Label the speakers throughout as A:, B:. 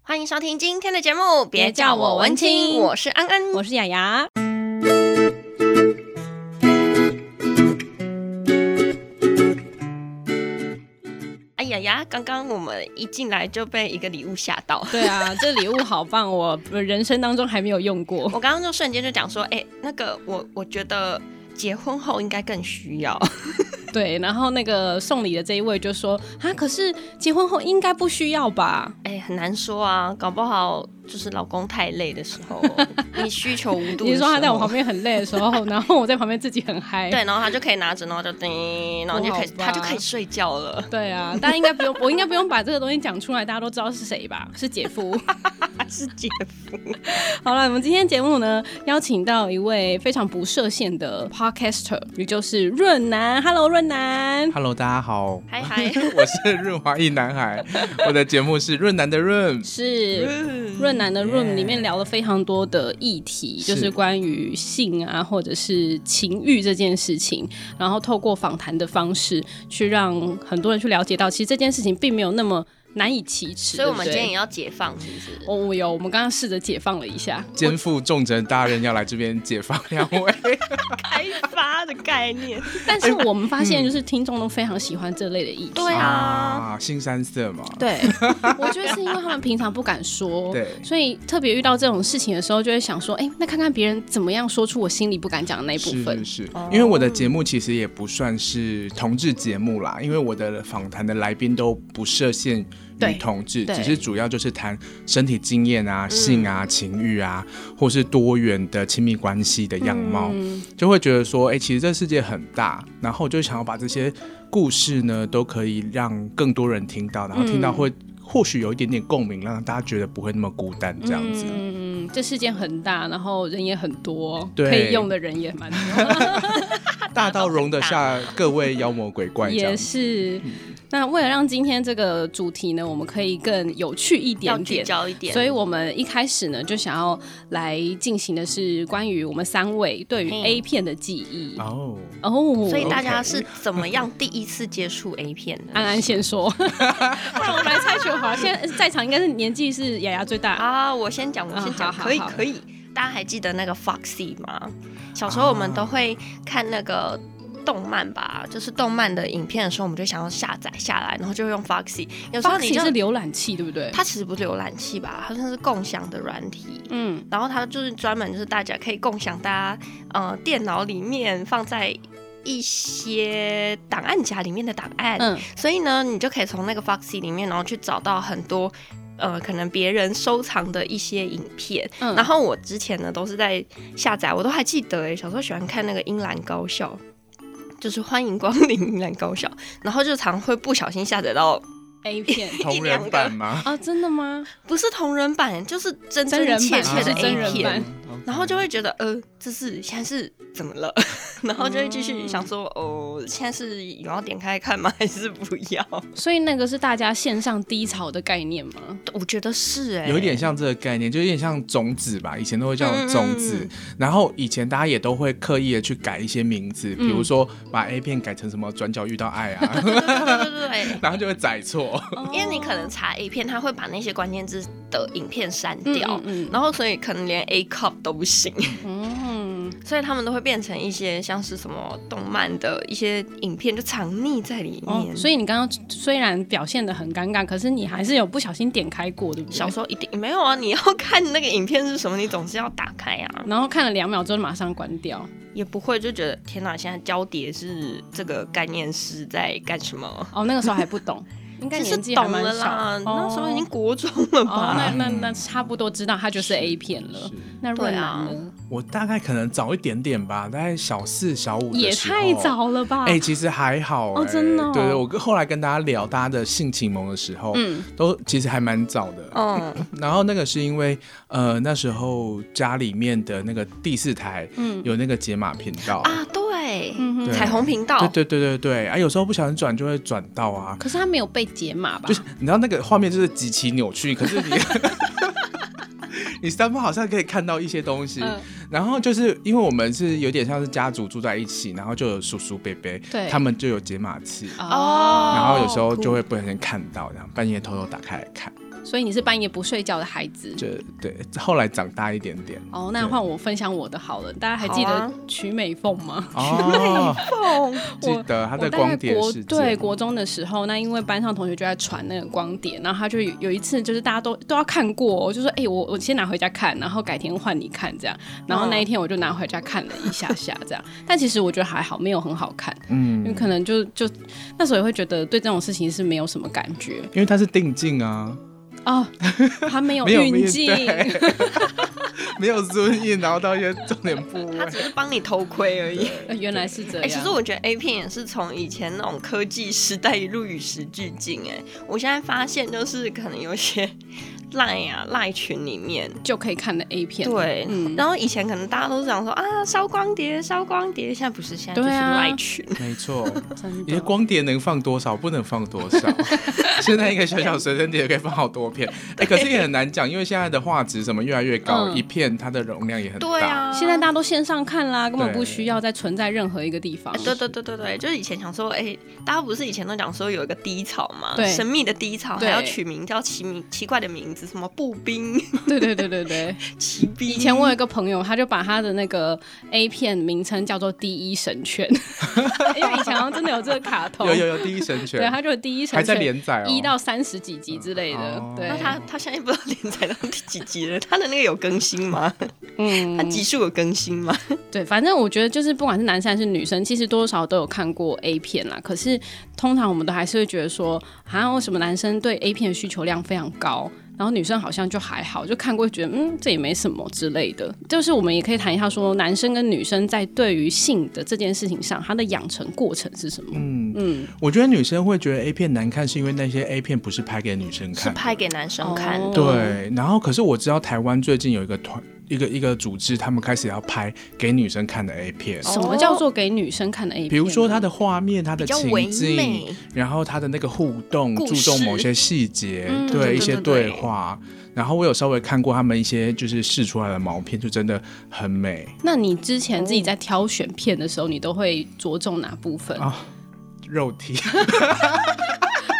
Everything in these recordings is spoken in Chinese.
A: 欢迎收听今天的节目，别叫我文青，我是安安，
B: 我是雅雅。
A: 哎呀呀，刚刚我们一进来就被一个礼物吓到，
B: 对啊，这礼物好棒，我人生当中还没有用过。
A: 我刚刚就瞬间就讲说，哎、那个我我觉得结婚后应该更需要，
B: 对，然后那个送礼的这一位就说啊，可是结婚后应该不需要吧？
A: 哎、很难说啊，搞不好就是老公太累的时候，你需求无度，
B: 你说他在我旁。边很累的时候，然后我在旁边自己很嗨。
A: 对，然后他就可以拿着，然后就叮，然后就可以，
B: 不好吧
A: 他就可以睡觉了。
B: 对啊，大家应该不用，我应该不用把这个东西讲出来，大家都知道是谁吧？是姐夫。
A: 他是姐夫，
B: 好了，我们今天节目呢，邀请到一位非常不设限的 podcaster，也就是润南。Hello，润南。
C: Hello，大家好，
A: 嗨嗨，
C: 我是润滑一男孩，我的节目是润南的润。
B: 是润南的 room 里面聊了非常多的议题，
C: 是
B: 就是关于性啊，或者是情欲这件事情，然后透过访谈的方式，去让很多人去了解到，其实这件事情并没有那么难以启齿。
A: 所以我们
B: 对
A: 今
B: 不对
A: 天也要解放，是不是？
B: 哦，我有，我们刚刚试着解放了 一下。
C: 肩负重责大任要来这边解放两位，
A: 开发的概念。
B: 但是我们发现，就是听众都非常喜欢这类的议题。
A: 对啊，
C: 啊，新三色嘛，
B: 对， 我觉得是因为他们平常不敢说，
C: 对
B: 所以特别遇到这种事情的时候，就会想说，哎、那看看别人怎么样说出我心里不敢讲的那一部
C: 是
B: 分哦
C: 是。是，因为我的节目其实也不算是同志节目啦，因为我的访谈的来宾都不设限
B: 对
C: 于同志，
B: 对嗯
C: 只是主要就是谈身体经验啊、性啊、情欲啊，或是多元的亲密关系的样貌。
B: 嗯，
C: 就会觉得说，哎、其实这世界很大，然后就想要把这些故事呢，都可以让更多人听到，然后
B: 嗯
C: 听到会、或许有一点点共鸣，让大家觉得不会那么孤单这样子。
B: 嗯，这世界很大，然后人也很多，
C: 对
B: 可以用的人也蛮多，
C: 大到容得下各位妖魔鬼怪这样
B: 也
C: 子。
B: 是。那为了让今天这个主题呢，我们可以更有趣一
A: 要
B: 点
A: 聚
B: 点。
A: 焦一点，
B: 所以，我们一开始呢，就想要来进行的是关于我们三位对于
A: 嘿
B: A 片的记忆哦。
C: 哦，
A: 所以大家是怎么样第一次接触 A 片的？
B: 安安先说，不然我们来猜球好了。现在在场应该是年纪是雅雅最大，
A: 啊，我先讲，我先讲，
B: 嗯好
A: 可以
B: 好好
A: 可以。大家还记得那个 Foxy 吗？小时候我们都会看那个。动漫吧，就是动漫的影片的时候，我们就想要下载下来，然后就用 Foxy。有时候你
B: Foxy
A: 就是
B: 浏览器对不对？
A: 它其实不是浏览器吧，它算是共享的软体。
B: 嗯，
A: 然后它就是专门就是大家可以共享大家呃电脑里面放在一些档案夹里面的档案，
B: 嗯
A: 所以呢，你就可以从那个 Foxy 里面，然后去找到很多。呃，可能别人收藏的一些影片，
B: 嗯
A: 然后我之前呢都是在下载，我都还记得哎，小时候喜欢看那个《英兰高校》，就是欢迎光临英兰高校，然后就常会不小心下载到，
B: 嗯，A 片
C: 同人版吗？
B: 啊，真的吗？
A: 不是同人版，就是真
B: 真人
A: 真
B: 版
A: 切切的
B: 啊是真
A: A
B: 人
A: 片，
B: 版
A: 然后就会觉得，呃，这是现在是怎么了？然后就会继续想说，哦，现在是有要点开看吗？还是不要？
B: 所以那个是大家线上低潮的概念吗？
A: 我觉得是哎、
C: 有一点像这个概念，就有点像种子吧，以前都会叫
A: 嗯嗯嗯
C: 种子。然后以前大家也都会刻意的去改一些名字，
B: 嗯
C: 比如说把 A 片改成什么“转角遇到爱” 啊，
A: 对，对对对对对。
C: 然后就会载错。
A: 因为你可能查 A 片，它会把那些关键字的影片删
B: 嗯
A: 掉，
B: 嗯
A: 然后所以可能连 A cup 都不行，
B: 嗯嗯，
A: 所以他们都会变成一些像是什么动漫的一些影片，就藏匿在里
B: 哦
A: 面。，
B: 所以你刚刚虽然表现的很尴尬，可是你还是有不小心点开过，对不对？
A: 小时候一定没有啊，你要看那个影片是什么，你总是要打开啊。
B: 然后看了两秒之后马上关掉，
A: 也不会就觉得天哪，现在交叠是这个概念是在干什么？
B: 哦，那个时候还不懂， 应该
A: 其实
B: 年纪还
A: 懂
B: 蛮
A: 了
B: 小，
A: 啦，那时候已经
B: 哦
A: 国中了
B: 哦，那
A: 吧？
B: 那那差不多知道它就是 A 片了。那
A: 对
B: 润
A: 啊
B: 南呢？
C: 我大概可能早一点点吧，大概小四、小五的
B: 也
C: 时候
B: 太。早了吧？
C: 哎、其实还好、哎
B: 哦真的哦
C: 对对，我跟后来跟大家聊大家的性启蒙的时候，
B: 嗯
C: 都其实还蛮早的。
A: 嗯，
C: 然后那个是因为，呃，那时候家里面的那个第四台，
B: 嗯
C: 有那个解码频道，
A: 啊，对，
B: 嗯哼
C: 对
A: 彩虹频道，
C: 对对对对对，啊，有时候不小心转就会转到啊，
B: 可是他没有被解码吧？
C: 就是你知道那个画面就是极其扭曲，可是你你三方好像可以看到一些东西，
B: 嗯
C: 然后就是因为我们是有点像是家族住在一起，然后就有叔叔伯伯，
B: 对
C: 他们就有解码器，
B: 哦
C: 然后有时候就会不小心看到，然后半夜偷偷打开来看。
B: 所以你是半夜不睡觉的孩子。
C: 这对后来长大一点点
B: 哦，那
C: 对
B: 换我分享我的好了。大家还记
A: 好
B: 得
A: 啊
B: 曲美凤吗？
C: 哦，
A: 凤
C: 记得他
B: 我
C: 在
B: 大
C: 光
B: 概
C: 碟
B: 国
C: 事件，
B: 对国中的时候，那因为班上同学就在传那个光碟，然后他就有有一次就是大家都都要看过、哦，就说哎、我我先拿回家看，然后改天换你看这样。然后那一天我就拿回家看了一下下这样，但其实我觉得还好，没有很好看， 因为
C: 嗯，
B: 可能就就那时候也会觉得对这种事情是没有什么感觉
C: 因为他是定镜啊，
B: 哦，他 没有
C: 没有
B: 运
C: 面
B: 镜，
C: 没有尊严，然后到一些重点部位
A: 他，只是帮你偷窥而已。
B: 呃 原来是这
A: 哎、
B: 样。
A: 其实我觉得 A 片也是从以前那种科技时代一路与时俱进。哎，我现在发现就是可能有一些 赖啊赖群里面，
B: 就可以看的 A 片，
A: 对，
B: 嗯
A: 然后以前可能大家都是讲说啊烧光碟烧光碟，现在不是，现在就是
B: 对啊
A: 赖群。
C: 没错，
B: 真
C: 你的
B: 的。
C: 光碟能放多少，不能放多少。 现在一个小小随身碟可以放好多片，哎、可是也很难讲，因为现在的画质什么越来越高，
B: 嗯
C: 一片它的容量也很大。
A: 对啊，
B: 现在大家都线上看啦，根本
C: 对
B: 不需要再存在任何一个地方
A: 哎。对对对对对，就是以前想说，哎、大家不是以前都讲说有一个低潮嘛，
B: 对
A: 神秘的低潮，
B: 对
A: 还要取名叫奇名奇怪的名字，什么步兵、
B: 对对对对对，
A: 骑兵。
B: 以前我有一个朋友，他就把他的那个 A 片名称叫做《第一神犬》， 因为以前好像真的有这个卡通，
C: 有有有第一神犬，
B: 对，他就有《第一
C: 还
B: 神
C: 在
B: 犬》
C: 连载哦，
B: 一到三十几集之类的。
C: 哦
B: 对
A: 那，他他现在不知道连载到第几集了？他的那个有更新吗？
B: 嗯
A: 他，集数有更新吗？
B: 对，反正我觉得就是不管是男生还是女生，其实多多少少都有看过 A 片啦。可是通常我们都还是会觉得说，啊，为什么男生对 A 片的需求量非常高，然后女生好像就还好，就看过觉得嗯这也没什么之类的。就是我们也可以谈一下说，男生跟女生在对于性的这件事情上，他的养成过程是什么？
C: 嗯，
B: 嗯，
C: 我觉得女生会觉得 A 片难看，是因为那些 A 片不是拍给女生
A: 是
C: 看的，
A: 拍给男生看
B: 哦
A: 的。
C: 对，然后可是我知道台湾最近有一个团，一个一个组织，他们开始要拍给女生看的 A 片，
A: 哦
B: 什么叫做给女生看的 A 片呢？
C: 比如说它的画面、它的
A: 比较唯
C: 情境，
A: 美，
C: 然后它的那个互动，
A: 故
C: 注
A: 事
C: 重某些细节，
B: 嗯
C: 对
B: 对对
C: 一些
A: 对
C: 对
A: 对
C: 话。然后我有稍微看过他们一些就是试出来的毛片，就真的很美
B: 那你之前自己在挑选片的时候，你都会着重哪部分？
C: 啊。肉 体，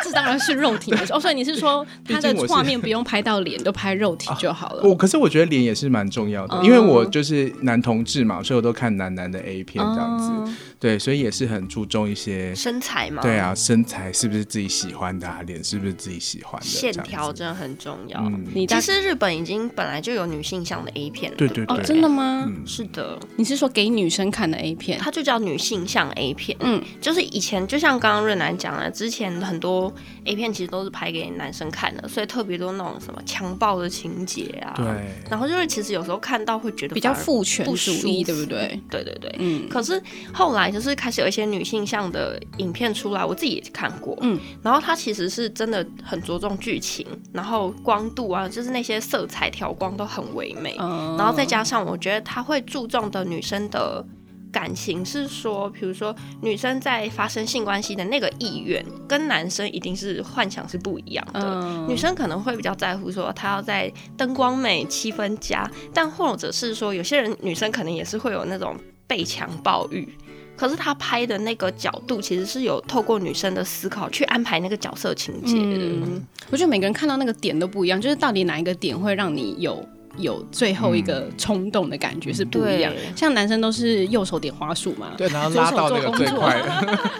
B: 这当然是肉体没错。哦，所以你是 说
C: 毕
B: 他
C: 竟
B: 的
C: 我是哦
B: 画面不用拍到脸，都拍肉体就好了。
C: 我可是我觉得脸也是蛮重要的，
B: 哦
C: 因为
A: 嗯
C: 我就是男同志嘛，所以我都看男男的 A 片这样子，
A: 嗯
B: 哦
C: 对，所以也是很注重一些
A: 身材嘛，
C: 对，啊，身材是不是自己喜欢的、啊？脸是不是自己喜欢的？
A: 线
C: 这样
A: 条
C: 子，
A: 真的很重要。
C: 嗯，
B: 你
A: 其
B: 大
A: 实日本已经本来就有女性向的 A 片了，
C: 对
A: 不
C: 对对，
B: 哦，真的吗？
C: 嗯
A: 是的，
B: 你是说给女生看的 A 片？
A: 它就叫女性向 A 片。
B: 嗯，
A: 就是以前就像刚刚润南讲的，之前很多 A 片其实都是拍给男生看的，所以特别多那种什么强暴的情节啊。。
C: 对，
A: 然后就是其实有时候看到会觉得
B: 比较
A: 反而
B: 父权主义，
A: 不舒服
B: 对不对？
A: 对对对。
B: 嗯，
A: 可是后来就是开始有一些女性向的影片出来，我自己也看过，
B: 嗯，
A: 然后它其实是真的很着重剧情，然后光度啊，就是那些色彩调光都很唯美，
B: 嗯
A: 然后再加上我觉得它会注重的女生的感情是说，比如说女生在发生性关系的那个意愿，跟男生一定是幻想是不一样的，
B: 嗯
A: 女生可能会比较在乎说她要在灯光美、气氛佳，但或者是说有些人女生可能也是会有那种被强暴欲。可是她拍的那个角度，其实是有透过女生的思考去安排那个角色情节的。
B: 嗯，我觉得每个人看到那个点都不一样，就是到底哪一个点会让你有。有最后一
C: 嗯
B: 个冲动的感觉是不一样，
A: 对
B: 像男生都是右手点花束嘛，
C: 对，然后拉到那个最快的，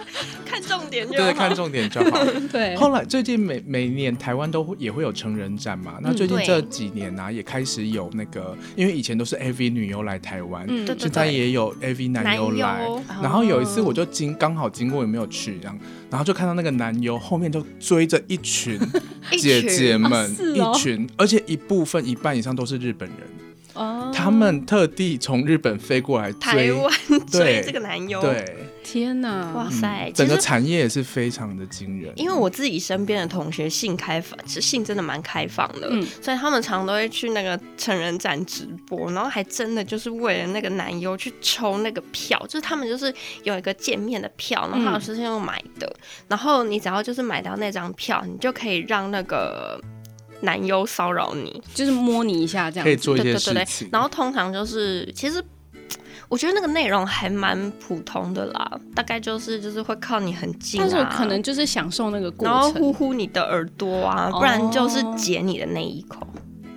A: 看重点就
C: 对，
A: 好
C: 看重点就好。
B: 对，
C: 后来最近每每年台湾都会也会有成人展嘛，那最近
A: 对
C: 这几年呢、啊、也开始有那个，因为以前都是 AV 女优来台湾，
B: 嗯
A: 对对
C: 现在
A: 对，
C: 也有 AV 男优来。
A: 优
B: 哦
C: 然后有一次我就经刚好经过也没有去，然后然后就看到那个男优后面就追着一群
A: 一
C: 姐
A: 群
C: 姐们，
B: 是哦
C: 一群，而且一部分一半以上都是日本人，
B: 哦
A: 嗯
C: 他们特地从日本飞过来
A: 台
C: 追，
A: 湾
C: 对
A: 追这个男优，
C: 对，
B: 天哪，
A: 哇
C: 嗯
A: 哦塞，其
C: 整个
A: 实
C: 产业也是非常的惊人。
A: 因为我自己身边的同学性开放，其实性真的蛮开放的，
B: 嗯
A: 所以他们常都会去那个成人展直播，然后还真的就是为了那个男优去抽那个票，就是他们就是有一个见面的票，然后他们是用买的，然后你只要就是买到那张票，你就可以让那个。男优骚扰你，
B: 就是摸你一下这样
C: 可以
B: 子，
C: 做一
A: 对
C: 些
A: 对
C: 事
A: 对对
C: 情，，
A: 然后通常就是其实我觉得那个内容还蛮普通的啦，大概就是就是会靠你很近、啊，
B: 但是我可能就是享受那个过
A: 然后
B: 程。
A: 呼呼你的耳朵啊，不然就是解你的那一口。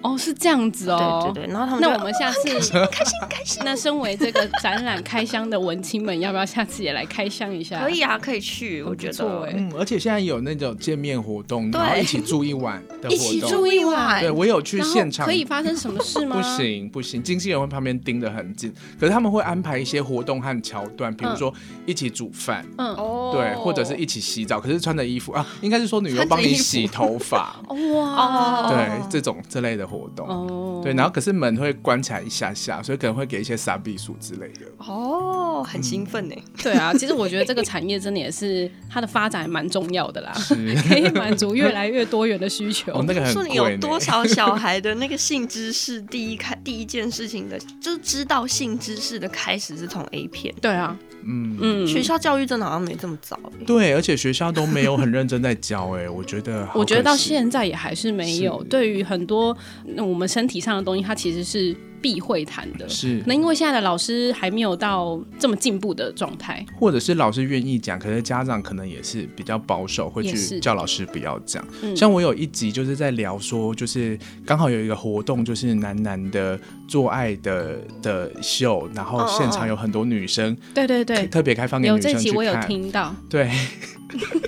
B: 哦，是这样子哦。
A: 对对对，然后他们
B: 那
A: 就哦
B: 我们下次开心开心。那身为这个展览开箱的文青们，要不要下次也来开箱一下？
A: 可以啊，可以去，我觉
B: 不错
A: 得
B: 欸
C: 嗯，而且现在有那种见面活动，
A: 对
C: 然后一起住一晚的
A: 一
C: 活
A: 起
C: 动。
A: 住一晚
C: 对，，我有去
B: 然后
C: 现场
B: 可以发生什么事吗？
C: 不，行不行，经纪人会旁边盯得很紧，可是他们会安排一些活动和桥段，比如说一起煮饭，
B: 嗯，
A: 嗯哦
C: 对，或者是一起洗澡，可是穿的衣服啊，应该是说女优帮
A: 穿着
C: 你
A: 衣服
C: 洗 头发，
A: 哦
B: 哇，
C: 对，这种这类的活动。
B: 哦，
C: 对，然后可是门会关起来一下下，所以可能会给一些傻避暑之类的。
A: 哦，很兴奋呢。
C: 嗯
B: 对啊，其实我觉得这个产业真的也是它的发展还蛮重要的啦，
C: 是，
B: 可以满足越来越多元的需求。
C: 哦，那个很
A: 说
C: 贵
A: 你
C: 呢。
A: 有多少小孩的那个性知识，第一开第一件事情的，就是知道性知识的开始是从 A 片。
B: 对啊，
C: 嗯，
B: 嗯，
A: 学校教育真的好像没这么早欸，
C: 对，而且学校都没有很认真在教、哎，我觉得好可惜，
B: 我觉得到现在也还是没有。
C: 是
B: 对于很多嗯我们身体上的东西，它其实是避讳谈的。
C: 是
B: 那因为现在的老师还没有到这么进步的状态，
C: 或者是老师愿意讲，可是家长可能也是比较保守，会
B: 也是
C: 去叫老师不要讲。
B: 嗯
C: 像我有一集就是在聊说，就是刚好有一个活动，就是男男的做爱的的秀，然后现场有很多女生，
B: 对对对，
C: 特别开放给
B: 哦有
C: 女
B: 这
C: 生
B: 集
C: 去
B: 我有
C: 看。
B: 听到，
C: 对，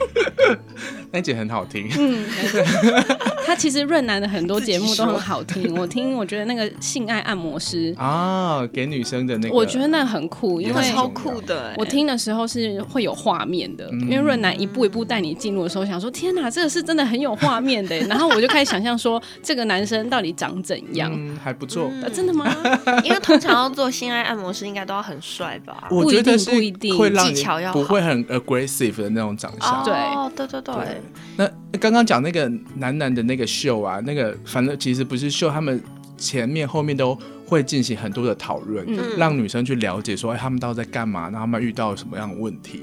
C: 那集很好听。
B: 嗯，他其实润南的很多节目都很 好听，我听我觉得那个性爱按摩师，
C: 啊，给女生的那个，
B: 我觉得那很酷，因
C: 对
A: 那
B: 为
C: 也很。
A: 超酷的欸。
B: 我听的时候是会有画面的，因为润南一步一步带你进入的时候，想说天哪，这个是真的很有画面的耶。然后我就开始想象说，这个男生到底长怎样？
C: 嗯还不错。
B: 啊真的吗？
A: 因为通常要做性爱按摩师，应该都要很帅吧？
C: 我觉得是
B: 不一定
C: 会让
A: 技
C: 你
A: 巧要好
C: 不会很 aggressive 的那种长相。
A: 哦，对对对，
C: 那刚刚讲那个男男的那个秀啊，那个反正其实不是秀，他们前面后面都会进行很多的讨论，
A: 嗯
C: 让女生去了解说，哎，他们到底在干嘛，然后他们遇到什么样的问题。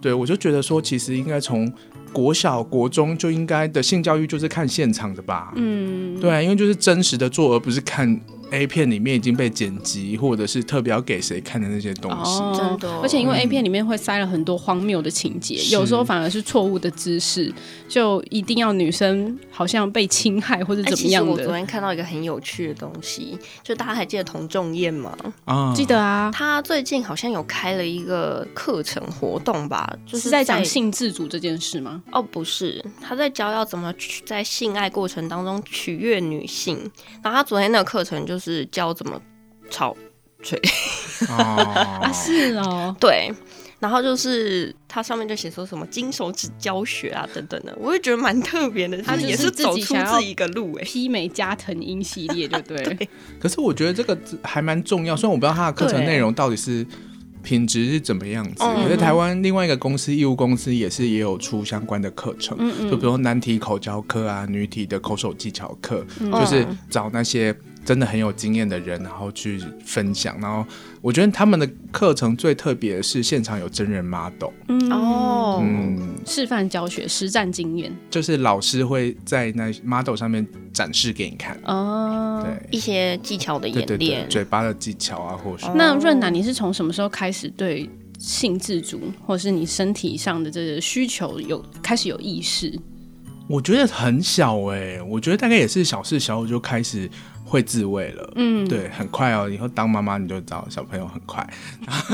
C: 对我就觉得说，其实应该从国小、国中就应该的性教育就是看现场的吧。
B: 嗯，
C: 对啊，因为就是真实的做，而不是看 A 片里面已经被剪辑，或者是特别要给谁看的那些东西。
A: 嗯
B: 哦
A: 真的哦
B: 而且因为 A 片里面会塞了很多荒谬的情节，
C: 是
B: 有时候反而是错误的知识，就一定要女生好像被侵害或者
A: 哎
B: 怎么
A: 其实
B: 样
A: 我昨
B: 的。
A: 天看到一个很有趣的东西，就大家还记得童仲彦吗？
C: 啊，
B: 记得啊，
A: 他最近好像有开了一个课程活动吧，就是
B: 在讲性自主这件事吗？
A: 哦，不是，他在教要怎么去在性爱过程当中取悦女性。然后他昨天那个课程就是教怎么吵，
C: 啊
B: 啊，是哦，
A: 对。然后就是它上面就写说什么金手指教学啊等等的，我也觉得蛮特别的，
B: 他
A: 就是
B: 就
A: 也
B: 是
A: 是
B: 自
A: 走
B: 己
A: 出
B: 想要
A: 自己一个路哎、
B: 披美加藤鹰系列，对不 对？
C: 可是我觉得这个还蛮重要，虽然我不知道它的课程内容到底是品质是怎么样子，
A: 嗯
C: 可是台湾另外一个公司义务公司也是也有出相关的课程，
B: 嗯
C: 就比
B: 嗯，
C: 如男体口交课啊、女体的口手技巧课，
B: 嗯
C: 就是找那些真的很有经验的人，然后去分享。然后我觉得他们的课程最特别的是现场有真人 model，
B: 嗯
A: 哦
C: 嗯，
B: 示范教学、实战经验
C: 就是老师会在那 model 上面展示给你看，
B: 哦。
C: 对。
A: 一些技巧的
C: 对
A: 演
C: 对对，
A: 练，
C: 嘴巴的技巧啊，或
A: 哦
C: 许
B: 那润南，你是从什么时候开始对性自主，或是你身体上的这个需求有开始有意识？
C: 我觉得很小哎、我觉得大概也是小四小五就开始会自慰了。
B: 嗯，
C: 对，很快哦。以后当妈妈你就知道，小朋友很快。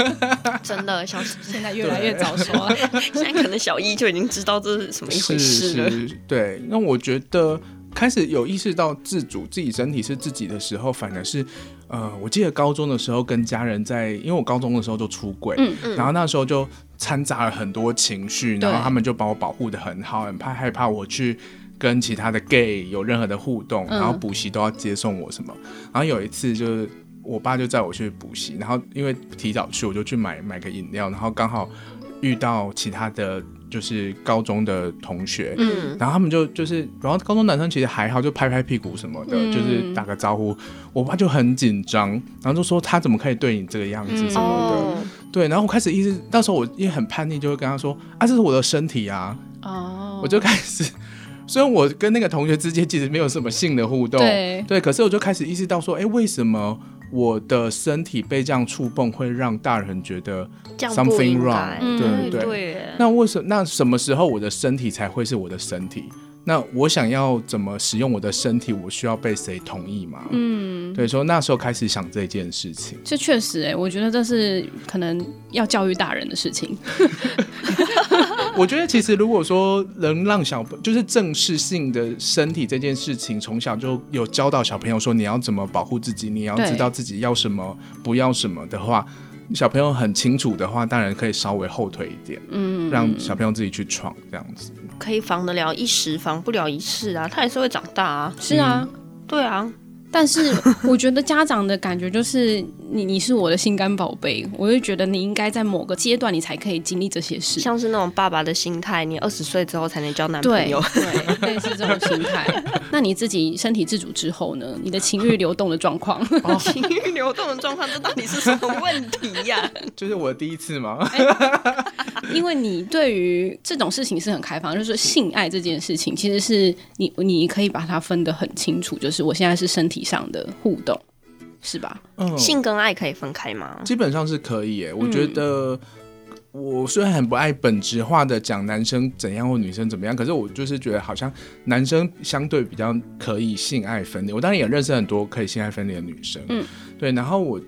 A: 真的小 时
B: 现在越来越早熟啊了。
A: 现在可能小一就已经知道这是什么一回事了。
C: 是是，对。那我觉得开始有意识到自主自己身体是自己的时候，反而是，呃，我记得高中的时候跟家人在，因为我高中的时候就出轨，
B: 嗯
A: 嗯
C: 然后那时候就掺杂了很多情绪，
B: 对
C: 然后他们就把我保护的很好，很怕害怕我去。跟其他的 gay 有任何的互动，
B: 嗯
C: 然后补习都要接送我什么。然后有一次就是我爸就载我去补习，然后因为提早去，我就去买买个饮料，然后刚好遇到其他的就是高中的同学，
A: 嗯，
C: 然后他们就就是，然后高中男生其实还好，就拍拍屁股什么的，
B: 嗯
C: 就是打个招呼。我爸就很紧张，然后就说他怎么可以对你这个样子什么的。
A: 哦，
C: 对，然后我开始意识，那时候我也很叛逆，就会跟他说啊，这是我的身体啊，
B: 哦，
C: 我就开始。虽然我跟那个同学之间其实没有什么性的互动，
B: 对
C: 对，可是我就开始意识到说，哎、为什么我的身体被这样触碰，会让大人觉得
A: 这样不应该
C: Something wrong，，
B: 对
A: 嗯
C: 对
A: 对耶，
C: 那为什那什么时候我的身体才会是我的身体？那我想要怎么使用我的身体，我需要被谁同意吗？嗯，对，说那时候开始想这件事情，
B: 这确实、欸，哎，我觉得这是可能要教育大人的事情。
C: 我觉得其实如果说能让小朋就是正视性的身体这件事情，从小就有教导小朋友说你要怎么保护自己，你要
B: 对
C: 知道自己要什么不要什么的话，小朋友很清楚的话，当然可以稍微后退一点，嗯，让小朋友自己去闯这样子。
A: 可以防得了一时，防不了一世啊，他也是会长大啊，
B: 是啊，
A: 对啊，
B: 但是我觉得家长的感觉就是你你是我的心肝宝贝，我就觉得你应该在某个阶段你才可以经历这些事。
A: 像是那种爸爸的心态，你二十岁之后才能交男朋
B: 对
A: 友，
B: 对，类似这种心态。那你自己身体自主之后呢？你的情欲流动的状况，
C: 哦
A: 情欲流动的状况，这到底是什么问题呀、
C: 就是我的第一次嘛，
B: 因为你对于这种事情是很开放，就是说性爱这件事情，其实是你你可以把它分得很清楚，就是我现在是身体上的互动，是吧？
C: 嗯
A: 性跟爱可以分开吗？
C: 基本上是可以耶。我觉得我虽然很不爱本质化的讲男生怎样或女生怎么样，可是我就是觉得好像男生相对比较可以性爱分裂。我当然也认识很多可以性爱分裂的女生，
B: 嗯，
C: 对。然后我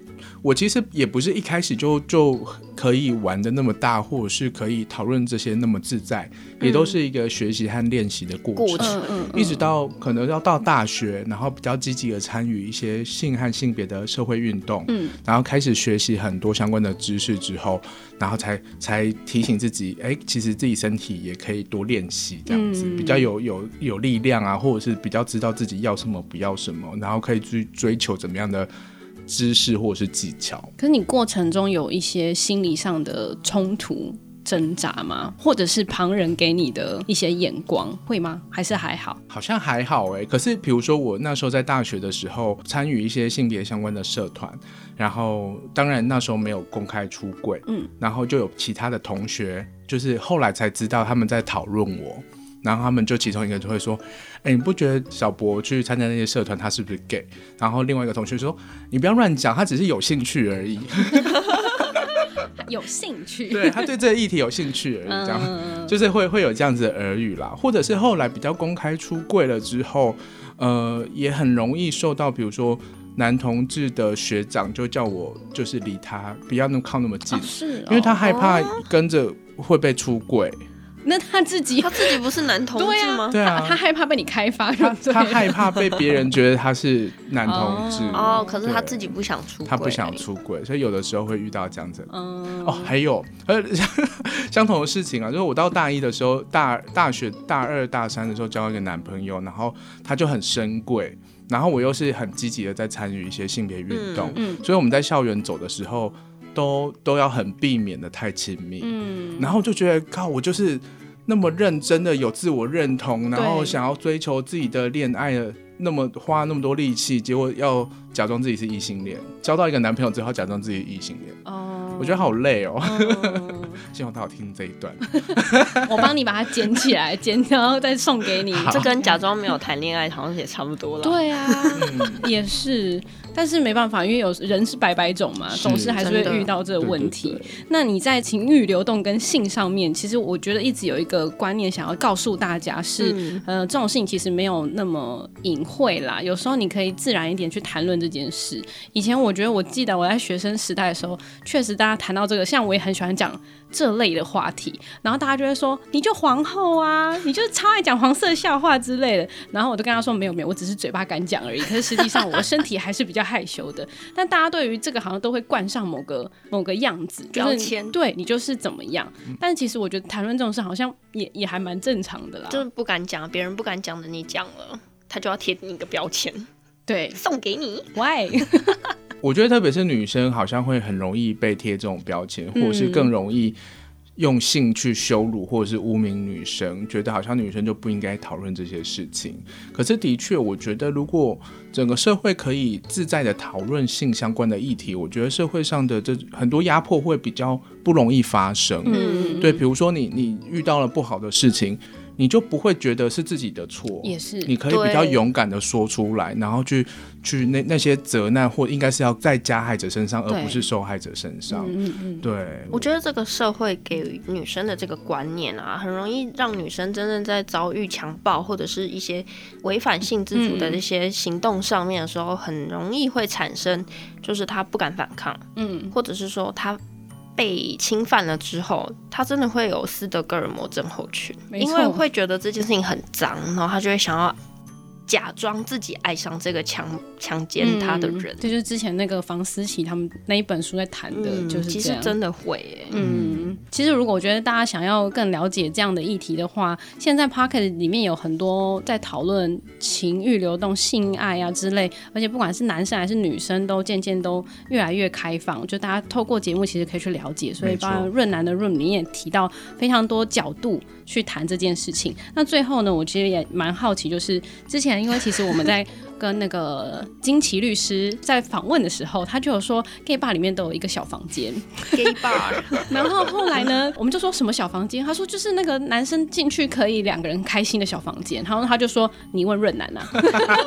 C: 我其实也不是一开始就就可以玩的那么大，或者是可以讨论这些那么自在，也都是一个学习和练习的过
A: 过
C: 程。
A: 程
B: 嗯
C: 一直到可能要到大学，然后比较积极的参与一些性和性别的社会运动，
B: 嗯，
C: 然后开始学习很多相关的知识之后，然后才才提醒自己，哎、其实自己身体也可以多练习，这样子、
B: 嗯
C: 比较有有有力量啊，或者是比较知道自己要什么不要什么，然后可以去追求怎么样的知识或者是技巧。
B: 可是你过程中有一些心理上的冲突、挣扎吗？或者是旁人给你的一些眼光，会吗？还是还好？
C: 好像还好哎、可是比如说我那时候在大学的时候，参与一些性别相关的社团，然后当然那时候没有公开出柜，
B: 嗯，
C: 然后就有其他的同学，就是后来才知道他们在讨论我，然后他们就其中一个就会说，哎、你不觉得小博去参加那些社团他是不是 gay？然后另外一个同学说，你不要乱讲，他只是有兴趣而已，
B: 有兴趣？
C: 对他对这个议题有兴趣而已，这样。
B: 嗯，
C: 就是会会有这样子的耳语啦，或者是后来比较公开出柜了之后，呃，也很容易受到，比如说男同志的学长就叫我就是离他不要那么靠那么近，
B: 哦是哦，
C: 因为他害怕跟着会被出柜，
B: 那他自己
A: 他自己不是男同
B: 对
A: 志
B: 啊
A: 吗？
C: 对
B: 他
C: 啊，
B: 他害怕被你开发，
C: 他
B: 对
C: 他害怕被别人觉得他是男同志，
A: 哦，可是他
C: 对
A: 自己不想出轨，
C: 他不
B: 哦
C: 想出轨，所以有的时候会遇到这样子的
B: 嗯
C: 哦，还有呃 相同的事情啊，就是我到大一的时候，大大学大二大三的时候交一个男朋友，然后他就很深贵，然后我又是很积极的在参与一些性别运动，
B: 嗯
C: 所以我们在校园走的时候都都要很避免的太亲密，
B: 嗯，
C: 然后就觉得靠，我就是那么认真的有自我认同，然后
B: 对
C: 想要追求自己的恋爱的。那么花那么多力气，结果要假装自己是异性恋，交到一个男朋友之后假装自己是异性恋，
B: 哦，
C: 我觉得好累哦。
B: 嗯
C: 希望他有听这一段。
B: 我帮你把它捡起来，捡然后再送给你。
A: 这跟假装没有谈恋爱好像也差不多了。
B: 对啊，
C: 嗯
B: 也是，但是没办法，因为有人是百百种嘛，
C: 是
B: 总是还是
A: 真
B: 会
A: 的
B: 遇到这个问题。
C: 对对
B: 那你在情欲流动跟性上面，其实我觉得一直有一个观念想要告诉大家是，
A: 嗯
B: 呃，这种事情其实没有那么隐晦啦，有时候你可以自然一点去谈论这件事。以前我觉得，我记得我在学生时代的时候，确实大家谈到这个，像我也很喜欢讲这类的话题，然后大家就会说，你就皇后啊，你就超爱讲黄色笑话之类的。然后我就跟他说，没有没有，我只是嘴巴敢讲而已，可是实际上我的身体还是比较害羞的。但大家对于这个好像都会冠上某个某个样子，就是
A: 标签
B: 对你就是怎么样。但其实我觉得谈论这种事好像也也还蛮正常的啦，
A: 啊就是不敢讲，别人不敢讲的，你讲了，他就要贴你一个标签，
B: 对
A: 送给你。
B: ，why？
C: 我觉得特别是女生，好像会很容易被贴这种标签，
B: 嗯
C: 或者是更容易用性去羞辱或者是污名女生，觉得好像女生就不应该讨论这些事情。可是的确，我觉得如果整个社会可以自在的讨论性相关的议题，我觉得社会上的这很多压迫会比较不容易发生。
B: 嗯，
C: 对，比如说你你遇到了不好的事情，你就不会觉得是自己的错，
B: 也是
C: 你可以比较
A: 对
C: 勇敢的说出来，然后去去那那些责难或应该是要在加害者身上，而
B: 对
C: 不是受害者身上。
B: 嗯嗯嗯，
C: 对，
A: 我觉得这个社会给予女生的这个观念啊，很容易让女生真正在遭遇强暴或者是一些违反性自
B: 嗯
A: 主的这些行动上面的时候，很容易会产生就是她不敢反抗，嗯，或者是说她被侵犯了之后，她真的会有斯德哥尔摩症候群，
B: 没错
A: 因为会觉得这件事情很脏，然后她就会想要。假装自己爱上这个强强奸她的人
B: 嗯，这就是之前那个房思琪他们那一本书在谈的，
A: 嗯
B: 就是
A: 其
B: 这
A: 实
B: 样。
A: 真的会、欸，
B: 嗯，其实如果我觉得大家想要更了解这样的议题的话，现在 Pocket 里面有很多在讨论情欲流动、性爱啊之类，而且不管是男生还是女生，都渐渐都越来越开放，就大家透过节目其实可以去了解。所以，
C: 没错
B: 包括润南的润，你也提到非常多角度去谈这件事情。那最后呢，我其实也蛮好奇，就是之前因为其实我们在跟那个金奇律师在访问的时候，他就有说 gay bar 里面都有一个小房间。
A: gay bar，啊
B: 然后后来呢，我们就说什么小房间，他说就是那个男生进去可以两个人开心的小房间，然后他就说你问润南啊，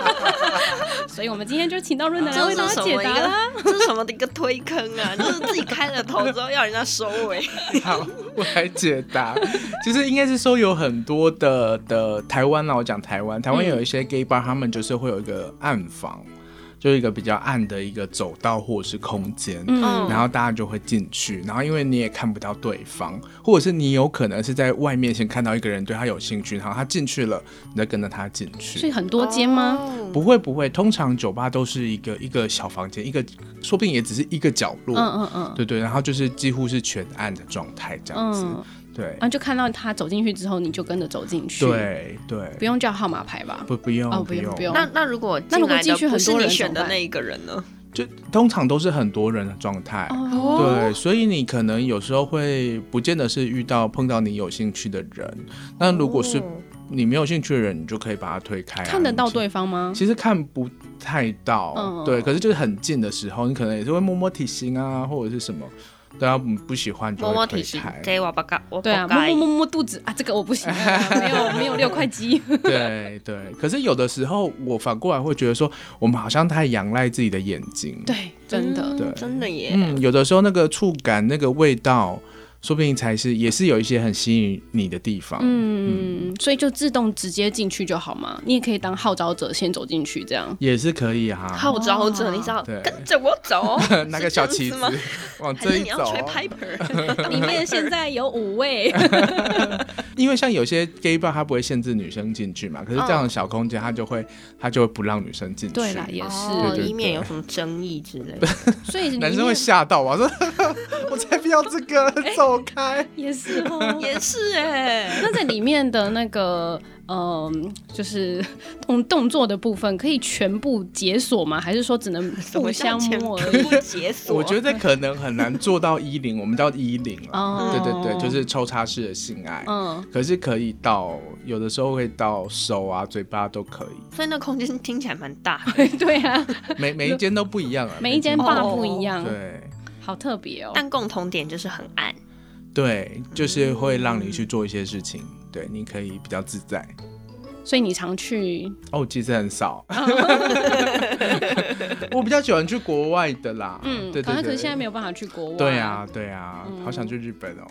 B: 所以我们今天就请到润南来
A: 啊 这
B: 为大
A: 是
B: 家
A: 什
B: 解
A: 么一
B: 答啦。
A: 个？这是什么的一个推坑啊？ 就是自己开了头之后要人家收 尾，
C: 好，我来解答。其实应该是说有很多的的台湾啦，我讲台湾，台湾
B: 嗯
C: 有一些 gay bar，他们就是会有一个暗房，就一个比较暗的一个走道或者是空间。
A: 嗯
C: 然后大家就会进去，然后因为你也看不到对方，或者是你有可能是在外面先看到一个人对他有兴趣，然后他进去了，你再跟着他进去。
B: 所以很多间吗？
A: 哦？
C: 不会不会，通常酒吧都是一个一个小房间，一个说不定也只是一个角落，
B: 嗯嗯嗯
C: 哦对对，然后就是几乎是全暗的状态这样子，
B: 嗯，
C: 对
B: 然。后就看到他走进去之后，你就跟着走进去，，
C: 对对，
B: 不用叫号码牌吧？
C: 不不用、
B: 哦不用
C: 用
B: 不用
A: 那那如果
B: 那如果
A: 进
B: 进
A: 来的
B: 去
A: 不
B: 很
A: 是
B: 多人
A: 你选
B: 怎
A: 的
B: 么办
A: 那一个人呢？
C: 就通常都是很多人的状态。
B: 哦，
C: 对，所以你可能有时候会不见得是遇到碰到你有兴趣的人，那如果是
A: 哦
C: 你没有兴趣的人，你就可以把他推开、啊。
B: 看得到
C: 你其
B: 对方吗？
C: 其实看不太到，
B: 嗯
C: 对，可是就是很近的时候，你可能也是会摸摸体型啊，或者是什么，对啊，不喜欢就
A: 摸摸
C: 会
A: 体
C: 推
A: 型
C: 开，
A: ，gay 我不干，我不
B: 对啊，
A: 干。
B: 摸摸摸摸肚子啊，这个我不行啊，没有没有六块肌，
C: 对对。可是有的时候，我反过来会觉得说，我们好像太仰赖自己的眼睛，
B: 对，真的，
A: 嗯
C: 对
A: 真的耶。
C: 嗯，有的时候那个触感、那个味道，说不定才是也是有一些很吸引你的地方。
B: 嗯，所以就自动直接进去就好嘛。你也可以当号召者，先走进去这 样。
C: 也是可以哈、
A: 号召者，你知道，
C: 啊对
A: 跟着我走，
C: 啊， 那个小旗
A: 是
C: 子
A: 这样子吗
C: 往
A: 还
C: 这
A: 是
C: 一
A: 你要
C: 走啊
A: 吹，Piper？
B: 里面现在有五位，
C: 因为像有些 gay bar 它不会限制女生进
B: 哦
C: 去嘛，可是这样的小空间它就会它就会不让女生进去，
B: 对啦， 也
A: 哦，
C: 对对
B: 是，
A: 以免有什么争议之类 的。
B: 所以里
C: 男生会
B: 面
C: 吓到吧？ 说我才不要这个，
B: 哎
C: 走开。
B: 也是哦。
A: 也是哎，
B: 那在里面的那个，嗯、就是 动动作的部分，可以全部解锁吗？还是说只 能互相摸而已？
A: 不解锁。
C: 我觉得可能很难做到一零，我们叫一零
B: 哦
C: 了。对对对，就是抽插式的性爱，
B: 嗯，
C: 可是可以到有的时候会到手啊、嘴巴都可以，
A: 所以那空间听起来蛮大的，
B: 对啊，
C: 每每一间都不一样啊，
B: 每一间
A: 哦
B: 爸不一样，
C: 对
B: 好特别哦。
A: 但共同点就是很暗。
C: 对，就是会让你去做一些事情，对，你可以比较自在。
B: 所以你常去
C: 哦，其实很少， 我比较喜欢去国外的啦。
B: 嗯，
C: 对
B: 反
C: 对
B: 正可是现在
C: 对。
B: 没有办法去国外。嗯
C: 对啊，，对啊，好想去日本哦。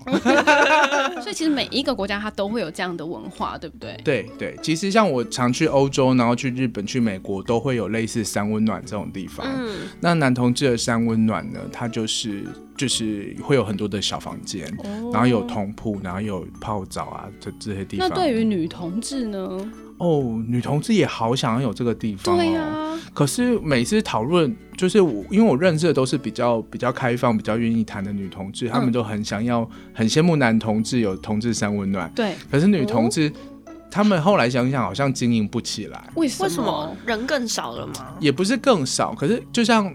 B: 所以其实每一个国家它都会有这样的文化，对不对？
C: 对对，其实像我常去欧洲，然后去日本、去美国，都会有类似三温暖这种地方。
A: 嗯，
C: 那男同志的三温暖呢，它就是就是会有很多的小房间，
B: 哦
C: 然后有同铺，然后有泡澡啊，这这些地
B: 那
C: 方。
B: 对于女同志呢？
C: 哦，女同志也好想要有这个地方、哦。
B: 对啊呀、
C: 可是每次讨论，就是我因为我认识的都是比较比较开放、比较愿意谈的女同志，她们都很想要、很羡慕男同志有同志三温暖。
B: 对，
C: 可是女同志，她们后来想想，好像经营不起来，
B: 为什
A: 为什么人更少了吗？，
C: 也不是更少。可是就像，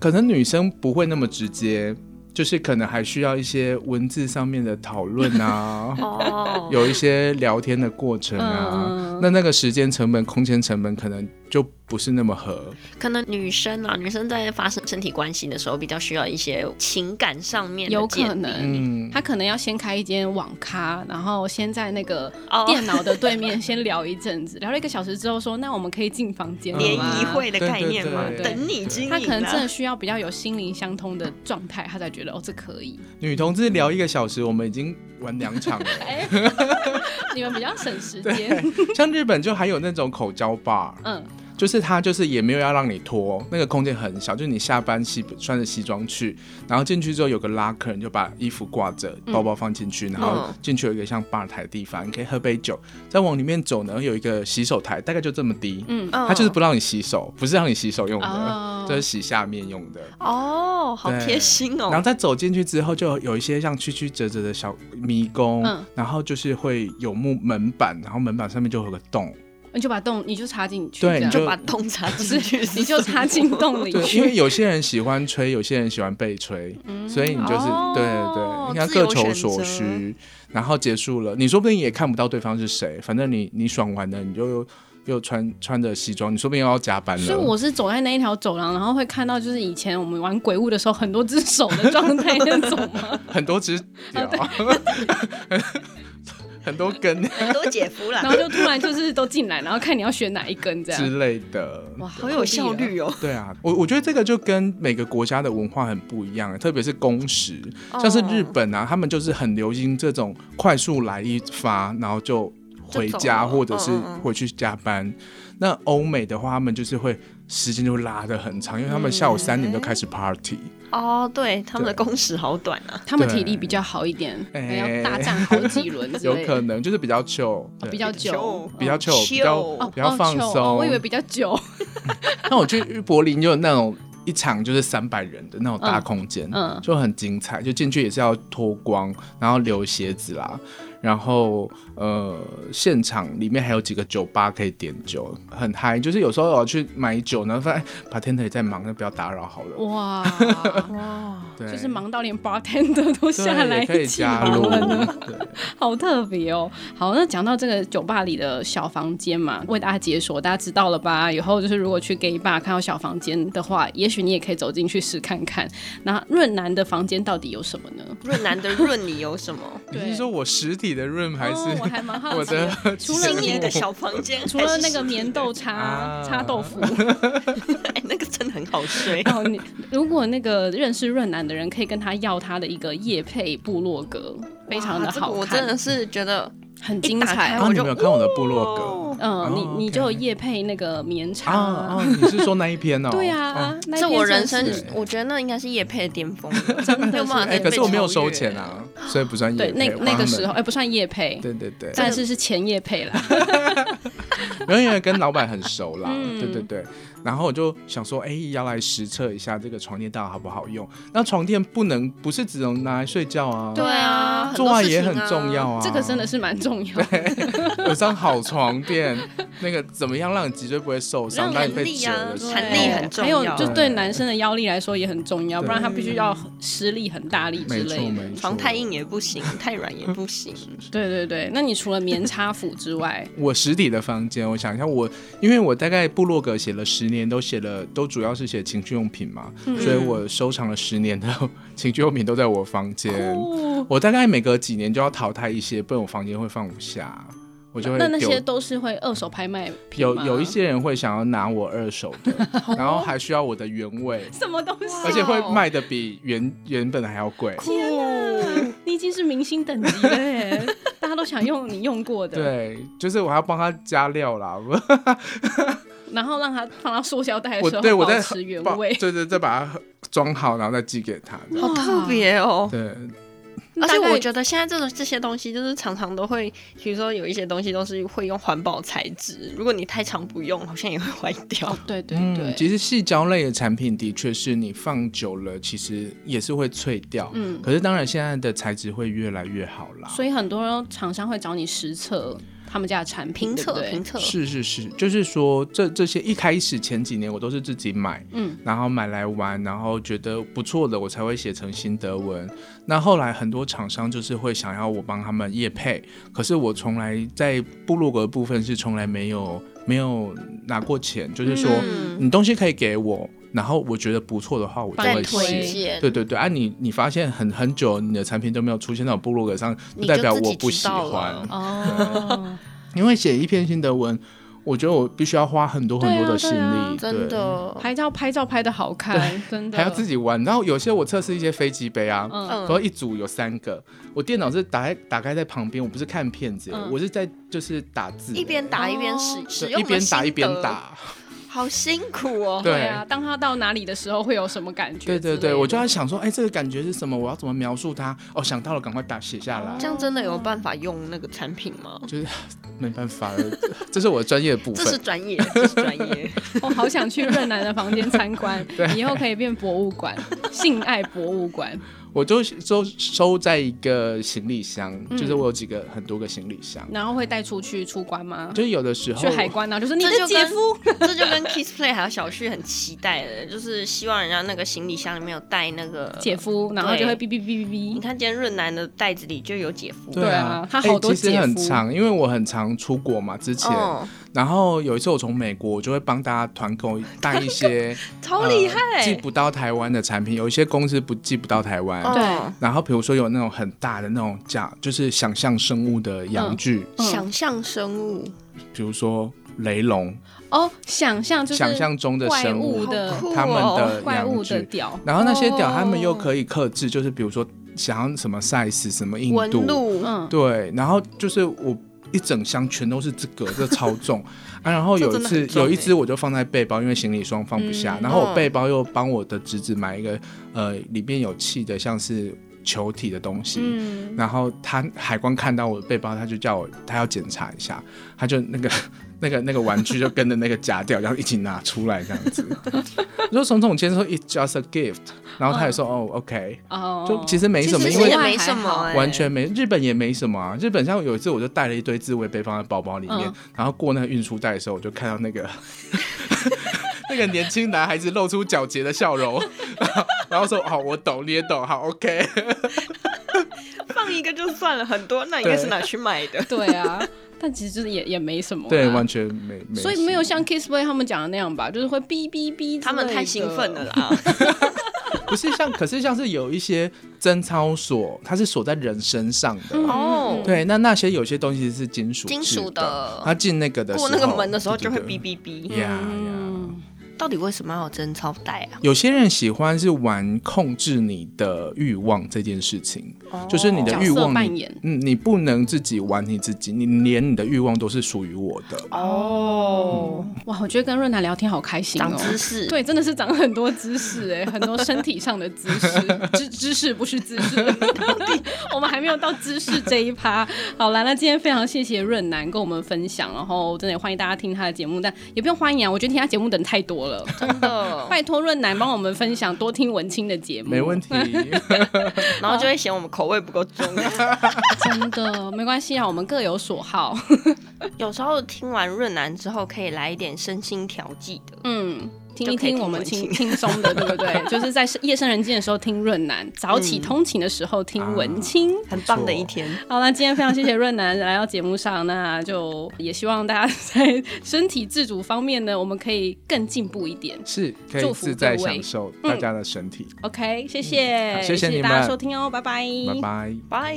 C: 可能女生不会那么直接，就是可能还需要一些文字上面的讨论啊
A: 哦，
C: 有一些聊天的过程啊。
B: 嗯，
C: 那那个时间成本、空间成本，可能就不是那么合。
A: 可能女生啊，女生在发生身体关系的时候，比较需要一些情感上面的
B: 有
A: 建
B: 可能。
C: 嗯，
B: 他可能要先开一间网咖，然后先在那个
A: 哦
B: 电脑的对面先聊一阵子，聊了一个小时之后说，那我们可以进房间了
A: 联
B: 吗
A: 谊会的概念嘛，
C: 对
B: 对对
A: 等你经营、啊。
B: 他可能真的需要比较有心灵相通的状态，他才觉得哦，这可以。
C: 女同志聊一个小时，我们已经玩两 场了。
B: 哎，你们比较省时间。
C: 对，像日本就还有那种口交 bar，
B: 嗯，
C: 就是它就是也没有要让你脱，那个空间很小，就是你下班西穿着西装去，然后进去之后有个拉客，你就把衣服挂着，包包放进去，然后
B: 嗯
C: 进去有一个像吧台的地方，你可以喝杯酒，再往里面走呢有一个洗手台，大概就这么低，
B: 嗯
A: 嗯，
C: 它就是不让你洗手，不是让你洗手用的，
B: 哦
C: 就是洗下面用的。
A: 哦，好贴心
C: 然后
A: 哦。
C: 再走进去之后，就有一些像曲曲折折的小迷宫，
B: 嗯
C: 然后就是会有木门板，然后门板上面就会有个洞，
B: 你就把洞，你就插进去，
C: 对
B: 这样
C: 你就
A: 把洞插
B: 不
A: 进去
B: 是，， 你就插进 洞里
C: 对，因为
B: 去。
C: 有些人喜欢吹， 有些人喜欢被吹，所以你就是、
A: 哦
C: 对对，应该
A: 自由
C: 各求
A: 选
C: 所
A: 择
C: 需。然后结束了，你说不定也看不到对方是谁，反正你你爽完了，你就又又穿穿着西装，你说不定又要加班了。
B: 所以我是走在那一条走廊，然后会看到就是以前我们玩鬼屋的时候，很多只手的状态那种 吗？
C: 很多只 脚， 很多根
A: 很多姐夫啦
B: 然，后就突然就是都进来，然后看你要选哪一根这样。
C: 之类的。
B: 哇，
A: 好有效
B: 酷毙了。
A: 率哦。
C: 对啊，我我觉得这个就跟每个国家的文化很不一样，特别是工时，
A: 哦
C: 像是日本啊，他们就是很流行这种快速来一发，然后就回
A: 就走
C: 家
A: 了
C: 或者是
A: 嗯嗯嗯
C: 回去加班。那欧美的话，他们就是会时间就拉得很长，因为
A: 嗯
C: 他们下午三点就开始 party。
A: 哦，对，他们的
C: 对
A: 工时好短啊。
B: 他们
C: 对
B: 体力比较好一点，可能
C: 哎
B: 要大战好几轮之
C: 有
B: 类
C: 可
B: 的，
C: 能就是比较久，
B: 哦
C: 对
B: 比较久，
C: 比较 chill，比较
B: 哦
C: 比较
B: 哦
C: 放
B: 久哦
C: 松
B: 我以为比较久，
C: 那我去柏林就有那种一场就是三百人的那种大空间，
B: 嗯嗯
C: 就很精彩。就进去也是要脱光，然后留鞋子啦，然后呃，现场里面还有几个酒吧可以点酒，很嗨。就是有时候我去买酒，然后发现把 t e n d 也在忙，那不要打扰好了。
B: 哇，
A: 哇，
C: 对，
B: 哦就是忙到连 bartender 都
C: 对
B: 下来
C: 也可以
B: 一起
C: 加
B: 玩
C: 入，
B: 了呢。
C: 对，
B: 好特别哦。好，那讲到这个酒吧里的小房间嘛，为大家解锁，大家知道了吧？以后就是如果去 gay bar 看到小房间的话，也许你也可以走进去试看看。那润南的房间到底有什么呢？
A: 润男的润你有什 么？
C: 你是说我实体的 room 还
B: 哦
C: 是
B: 我还蛮好
C: 我
B: 奇的
C: 的
B: 除了
A: 新
B: 你
A: 年的
C: 节目
A: 小房间，
B: 除了那个棉豆
C: 啊
B: 茶擦豆腐，
A: 哎，那个真的很好睡。
B: 然后你如果那个认识润南的人，可以跟他要他的一个夜配部落格，非常的
A: 哇这个
B: 好看，
A: 我真的是觉得
B: 很精
A: 一打开
B: 彩。哦
C: 啊，
A: 我
C: 你
A: 就
C: 没有看我的部落格
A: 哦，
B: 嗯，你
C: 哦
B: 你
C: OK
B: 就有夜配那个棉
C: 啊
B: 茶，
C: 啊？你是说那一篇哦？
B: 对啊，那一
A: 这
B: 篇
A: 我
B: 算
A: 人生
B: 是
C: 是，
A: 我觉得那应该是夜配的巅峰了，真 的没有办法
C: 哎、
A: 再
C: 可
A: 被
C: 是我没有
A: 超
C: 收
A: 越
C: 钱。啊， 所以不算业
B: 对
C: 配。
B: 那
C: 我帮
B: 那个
C: 他们
B: 时候，哎、不算夜配，
C: 对对对，
B: 但是是前夜配啦。
C: 然后 因为跟老板很熟啦，
B: 嗯
C: 对对对。然后我就想说，哎、要来实测一下这个床垫到底好不好用。那床垫不能不是只能拿来睡觉啊，
A: 对啊，
C: 做
A: 多
C: 爱
A: 事
C: 也
A: 情
C: 很重要。啊。
B: 这个真的是蛮重要的，
C: 有一张好床垫，那个怎么样让你脊椎不会受伤？
A: 让
C: 当你
A: 人
C: 被
A: 力
C: 折
A: 啊
C: 的时候，
A: 弹力很重要
B: 还有就对男生的腰力来说也很重要，
C: 对
B: 不然他必须要施力很大力之
C: 没错
B: 类的。
C: 没错。
A: 床太硬也不行，太软也不行。
B: 对对对，那你除了棉插服之 外，
C: 我实体的房间，我想一下，我因为我大概部落格写了十年，都写了，都主要是写情趣用品嘛，
B: 嗯
C: 所以我收藏了十年的 情趣用品都在我房间。
B: 哦，
C: 我大概每隔几年就要淘汰一些，不然我房间会放不下，我就会
B: 那那
C: 丢
B: 些。都是会二手拍卖品
C: 有
B: 吗
C: 有一些人会想要拿我二手的，然后还需要我的原 味，
B: 什么东西，
C: 而且会卖的比原原本的还要贵。
B: 哦
A: 酷，
C: 哦
B: 你已经是明星等级了耶， 大家都想用你用过的，
C: 对，就是我还要帮他加料啦， 我
B: 然后让它放到塑胶袋的
C: 我
B: 时候
C: 对我
B: 保
C: 在
B: 持原
C: 把
B: 味，
C: 对对，再把它装好，然后再寄给他。这样
A: 好特别哦。
C: 对，
A: 而且
B: 大概
A: 我觉得现在这种这些东西，就是常常都会，比如说有一些东西都是会用环保材质，如果你太常不用，好像也会坏掉
B: 哦。，对对对，
C: 嗯，其实细胶类的产品的确是你放久了，其实也是会脆掉。
B: 嗯
C: 可是当然现在的材质会越来越好啦。
B: 所以很多厂商会找你实测他们家的产品，
A: 评测
B: 对不
A: 评
B: 对？
A: 测，
C: 是是是，就是说这这些一开始前几年我都是自己买，
B: 嗯，
C: 然后买来玩，然后觉得不错的我才会写成心得文。那后来很多厂商就是会想要我帮他们业配，可是我从来在部落格的部分是从来没有没有拿过钱，就是说、
A: 嗯
C: 你东西可以给我，然后我觉得不错的话，我就
B: 帮
A: 再
B: 你
C: 会
A: 推
C: 试。
A: 荐，
C: 对对对，啊你，你发现很很久你的产品都没有出现在我部落格上，
A: 你就
C: 代表
A: 自己
C: 我不
A: 知
C: 喜
A: 道
C: 欢
A: 了，
B: 哦，
C: 因为写一篇心得文，我觉得我必须要花很多很多的心力，对
A: 真的，
B: 拍照拍照拍的好看，真的
C: 还要自己玩。然后有些我测试一些飞机杯啊，
B: 嗯
C: 然后一组有三个，我电脑是打开打开在旁边，我不是看片子，
B: 嗯
C: 我是在就是打字，
A: 一边嗯哦打一边使使
C: 对
A: 用
C: 一
A: 我们
C: 边打
A: 心
C: 一边
A: 得，
C: 打，
A: 好辛苦哦。
B: 对啊，当他到哪里的时候会有什么感觉之
C: 对
B: 类的？
C: 对对，我就在想说，哎，这个感觉是什么？我要怎么描述它？哦，想到了，赶快打写下来。
A: 这样真的有办法用那个产品吗？
C: 没办法了， 这是我专业的部
A: 这是
C: 分。
A: 专业，这是专 业。
B: 我哦好想去润南的房间参 观，以后可以变博物馆，性爱博物馆。
C: 我就收收在一个行李箱，
B: 嗯
C: 就是我有几个很多个行李箱，
B: 然后会带出去出关吗？
C: 就是有的时候
B: 去海关啊呢、就说你
A: 这
B: 的
A: 就
B: 姐
A: 跟
B: 夫，
A: 这就跟 Kiss Play 还有小旭很期待的，就是希望人家那个行李箱里面有带那个
B: 姐。夫，然后就会哔
A: 对
B: 哔哔哔
A: 你
B: 哔。
A: 看今天润南的袋子里就有姐夫，
B: 对啊
C: 啊，
B: 他
C: 哎
B: 好多
C: 其实
B: 姐
C: 很
B: 夫
C: 长，因为我很常出国嘛，之前，
A: 哦，
C: 然后有一次我从美国，我就会帮大家团购带一 些
A: 超厉害。
C: 呃寄不到台湾的产品，有一些公司不寄不到台
A: 哦
C: 湾。然后比如说有那种很大的那种假，就是想象生物的洋具，
B: 嗯
A: 想象生物，
C: 比如说雷龙，
B: 哦，想象就是
C: 想象中的
B: 怪
C: 生物
B: 物，的
A: 好酷
C: 哦他们的
B: 怪
C: 洋
B: 物的
C: 具。
B: 屌，
C: 然后那些屌，
A: 哦
C: 他们又可以克制，就是比如说想要什么 size、什么硬
A: 纹
C: 度，
A: 路，
B: 嗯，
C: 对，然后就是我一整箱全都是这个，这超重 啊。然后
A: 这
C: 有一
A: 真的
C: 次
A: 很，重
C: 有一
A: 欸
C: 只我就放在背包，因为行李箱放不下。
B: 嗯
C: 然后我
A: 嗯
C: 背包又帮我的侄子买一个，呃，里面有气的，像是球体的东西。
B: 嗯，
C: 然后他海关看到我的背包，他就叫我，他要检查一下，他就那个那个那个玩具就跟着那个夹掉，然后一起拿出来这样子。 我就从这种接受，it's just a gift，然后他也说，哦，OK，
B: 哦，
C: 就其实没什么，
A: 嗯其
C: 因
A: 实
C: 为
A: 也没什么、欸，
C: 完全没，日本也没什么啊。日本像有一次，我就带了一堆自慰杯放在包包里面，
B: 嗯
C: 然后过那个运输带的时候，我就看到那 个那个年轻男孩子露出皎洁的笑容，然后然后说：“好，我懂，你也懂，好，OK。
A: 放一个就算了，很多那应该是拿去卖的。
B: 对啊，但其实也也没什么”啊，
C: 对，完全没没，
B: 所以没有像 Kissplay 他们讲的那样吧，就是会哔哔哔之类的，
A: 他们太兴奋了啦，
C: 不是像，可是像是有一些贞操锁，它是锁在人身上的。
B: 嗯，
A: 哦
B: 嗯，
C: 对，那那些有些东西是金属
A: 金
C: 制
A: 属
C: 的
A: 的，
C: 它进那个的时候
A: 过那个门的时候就会
C: 对
A: 哔
C: 对
A: 哔哔。
C: 对呀呀。
B: 嗯
A: 到底为什么要有贞操带啊？
C: 有些人喜欢是玩控制你的欲望这件事情，就是你的
B: 哦角
C: 欲
B: 色
C: 望
B: 扮
C: 你
B: 演，
C: 嗯，你不能自己玩你自己，你连你的欲望都是属于我的。
A: 哦，
B: 哇，我觉得跟润南聊天好开心哦
C: 嗯
A: 长。知识，
B: 对，真的是长很多知识哎、很多身体上的知识， 知知识不是知识， 到底我们还没有到知识这一趴。好啦，那今天非常谢谢润南跟我们分享，然后真的也欢迎大家听他的节目，但也不用欢迎啊，我觉得听他节目的人太多了，
A: 真的。
B: 拜托润南帮我们分享，多听文青的节目，
C: 没问 题，
A: 然后就会嫌我们口味不够 重。
B: 真的没关系啊，我们各有所好，
A: 有时候听完润南之后，可以来一点身心调剂的。
B: 嗯。听一
A: 就可以
B: 听
A: 听
B: 我们
A: 文
B: 轻
A: 青
B: 轻松的，对不对？就是在夜深人静的时候听润南，早起
A: 嗯
B: 通勤的时候听文
C: 啊
B: 青。
A: 很棒的一天，
B: 好，那今天非常谢谢润南来到节目上，那就也希望大家在身体自主方面呢，我们可以更进步一点。
C: 是可
B: 祝
C: 以
B: 福
C: 自在
B: 各位
C: 享受大家的身体。
B: OK，谢谢，
C: 好谢谢你
B: 大家
C: 们
B: 收听哦，拜拜，
C: 拜。拜。
A: 拜！